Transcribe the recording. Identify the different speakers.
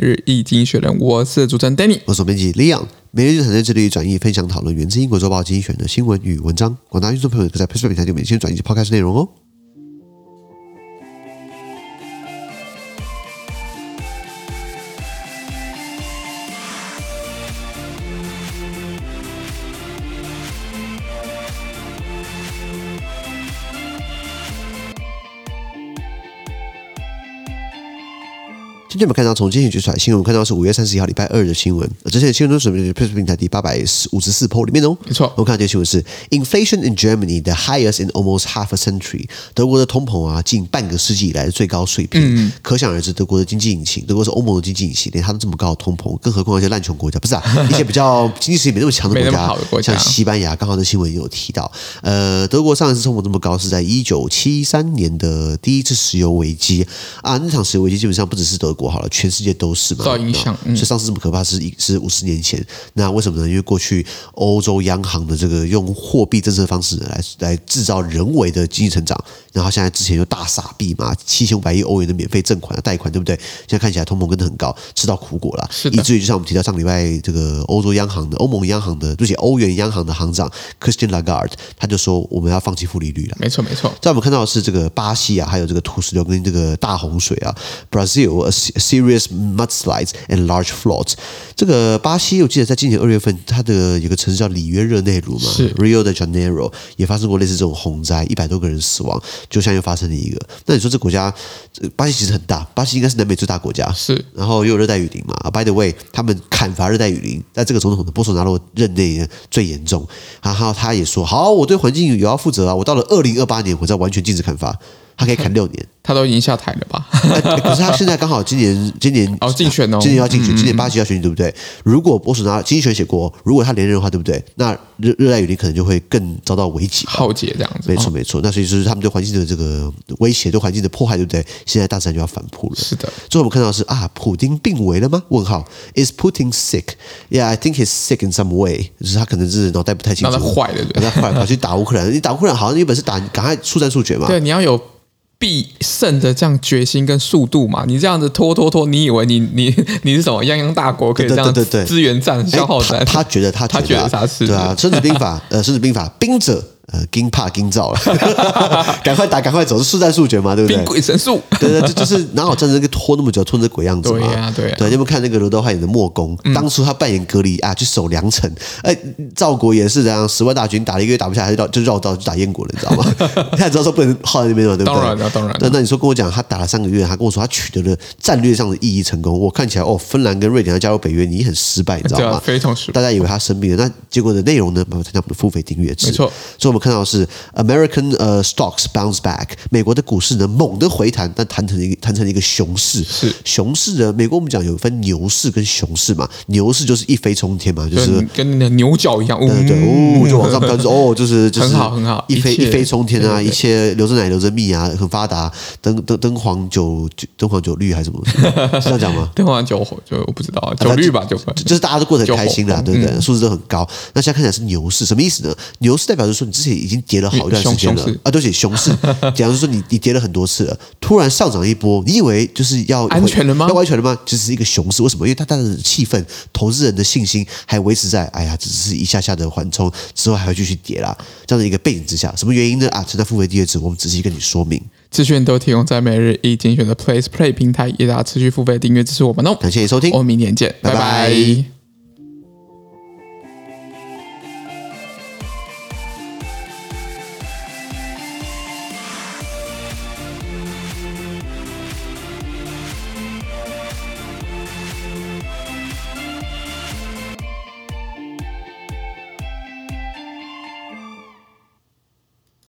Speaker 1: 日易经学人》，我是主持人 Danny。
Speaker 2: 我是总编辑 Leon，每日日产在这里转译分享讨论源自英国《周报》精选的新闻与文章。广大听众朋友可在 Facebook 平台就每天转译及 Podcast 内容哦。今天我们看到从今天举出来的新闻，我们看到是五月三十一号礼拜二的新闻，而这些新闻都是我们的 Facebook 平台第八百五十四 p 里面的哦。
Speaker 1: 没错
Speaker 2: 我们看到这个新闻是 Inflation in Germany the highest in almost half a century，德国的通膨啊，近半个世纪以来的最高水平，可想而知，德国的经济引擎，德国是欧盟的经济引擎，连它都这么高的通膨，更何况一些烂穷国家，不是啊，一些比较经济实力没那么强的
Speaker 1: 没
Speaker 2: 国
Speaker 1: 那么
Speaker 2: 家，
Speaker 1: 好的国家
Speaker 2: 像西班牙，刚好的新闻也有提到，呃，德国上一次通膨这么高是在一九七三年的第一次石油危机啊，那场石油危机基本上不只是德国好了，全世界都是嘛，
Speaker 1: 受到影响嗯
Speaker 2: 所以上次这么可怕是一是五十年前，那为什么呢？因为过去欧洲央行的这个用货币政策方式来来制造人为的经济成长，然后现在之前又大傻逼嘛，七千五百亿欧元的免费赠款啊贷款，对不对？现在看起来通膨跟的很高，吃到苦果了，
Speaker 1: 是的
Speaker 2: 以至于就像我们提到上礼拜这个欧洲央行的欧盟央行的，对不起，欧元央行的行长 Christine Lagarde，他就说我们要放弃负利率了。
Speaker 1: 没错，没错，
Speaker 2: 在我们看到的是这个巴西啊，还有这个土石流跟这个大洪水啊，Brazil a se- serious mudslides and large floods。这个巴西，我记得在今年二月份，它的有个城市叫里约热内卢嘛
Speaker 1: 是
Speaker 2: ，Rio de Janeiro 也发生过类似这种洪灾，一百多个人死亡，就像又发生了一个。那你说这国家，呃巴西其实很大，巴西应该是南美最大国家，
Speaker 1: 是
Speaker 2: 然后又有热带雨林嘛。啊 By the way，他们砍伐热带雨林，在这个总统的波索纳罗任内呢最严重。然后他也说，好，我对环境也要负责啊。我到了二零二八年，我再完全禁止砍伐，他可以砍六 年。
Speaker 1: 他都已经下台了吧？
Speaker 2: 哎可是他现在刚好今年今年
Speaker 1: 哦竞选哦
Speaker 2: 今年要竞选，今年巴西要选举对不对？如果波索纳经济学写过，如果他连任的话，对不对？那热热带雨林可能就会更遭到危机吧。
Speaker 1: 浩劫这样子，
Speaker 2: 没错
Speaker 1: 哦
Speaker 2: 没错，那所以就是他们对环境的这个威胁，对环境的迫害，对不对？现在大自然就要反扑了。
Speaker 1: 是的，
Speaker 2: 最后我们看到的是啊，普丁病危了吗？问号，Is Putin sick? Yeah, I think he's sick in some way。就是他可能是脑袋不太清楚，
Speaker 1: 脑袋坏了对不对
Speaker 2: 脑袋坏了跑去打乌克兰。你打乌克兰好像原本是打赶快速战速 决嘛，哎
Speaker 1: 对，你要有必胜的这样决心跟速度嘛。你这样子拖拖拖，你以为你你你是什么泱泱大国可以这样
Speaker 2: 对对对对
Speaker 1: 资源战、
Speaker 2: 哎
Speaker 1: 消耗战？
Speaker 2: 他他觉得他
Speaker 1: 他
Speaker 2: 觉
Speaker 1: 觉
Speaker 2: 得
Speaker 1: 得
Speaker 2: 啊
Speaker 1: 他是
Speaker 2: 对啊，《孙子兵 法》呃，《孙子兵法》兵者呃，惊怕惊兆了， 赶快打，赶快走，是速战速决嘛，对不对
Speaker 1: 兵？贵神速，
Speaker 2: 对对，这就是哪有战争跟拖那么久，拖成这鬼样子嘛？
Speaker 1: 对呀对呀嗯
Speaker 2: 你有没有看那个刘德华演的《墨攻》？当初他扮演格力啊，去守梁城。哎，赵国也是这样，十万大军打了一个月打不下来，就绕就绕道去打燕国了，你知道吗？ 他也知道说不能耗在那边了，对不对？
Speaker 1: 当然了当然了
Speaker 2: 那那你说跟我讲，他打了三个月，他跟我说他取得了战略上的意义成功。我看起来哦，芬兰跟瑞典要加入北约，你很失败，你知
Speaker 1: 对
Speaker 2: 道
Speaker 1: 啊
Speaker 2: 吗？
Speaker 1: 非常失败
Speaker 2: 大家以为他生病了，那结果的内容呢？麻烦参加我们的付费订阅制。
Speaker 1: 没错
Speaker 2: 所以我们看到的是 American 呃 stocks bounce back，美国的股市呢猛地回弹，但弹成一个弹成了一个熊市。
Speaker 1: 是
Speaker 2: 熊市呢，美国我们讲有分牛市跟熊市嘛，牛市就是一飞冲天嘛，就是。
Speaker 1: 跟跟那牛角一样，呜、
Speaker 2: 对对，哦，就往上飘，就是哦，就是就是
Speaker 1: 嗯很好很好
Speaker 2: 一飞
Speaker 1: 一切
Speaker 2: 一飞冲天啊，
Speaker 1: 对对对
Speaker 2: 一切留着奶留着蜜啊，很发达，灯灯灯黄酒灯黄酒绿还是什么，是这样讲吗？
Speaker 1: 对，好像九火就我不知道，九绿吧，九分。
Speaker 2: 啊就是大家都过得很开心啦，啊
Speaker 1: 就
Speaker 2: 对
Speaker 1: 红嗯
Speaker 2: 不对？数字都很高。那现在看起来是牛市，什么意思呢？牛市代表就是说你之前已经跌了好一段时间了
Speaker 1: 嗯熊熊市
Speaker 2: 啊，对不起，熊市。假如说你你跌了很多次了，突然上涨一波，你以为就是要
Speaker 1: 安全了吗
Speaker 2: 要安全了吗？其实是一个熊市，为什么？因为大家的气氛、投资人的信心还维持在，哎呀，只是一下下的缓冲，之后还会继续跌啦。这样的一个背景之下，什么原因呢？啊，存在付费订阅制，我们仔细跟你说明。
Speaker 1: 资讯都提供在每日一精选的 Place Play 平台，也大家持续付费订阅支持我们哦。
Speaker 2: 感谢你收听
Speaker 1: 我，们明天见，
Speaker 2: 拜
Speaker 1: 拜
Speaker 2: 拜
Speaker 1: 拜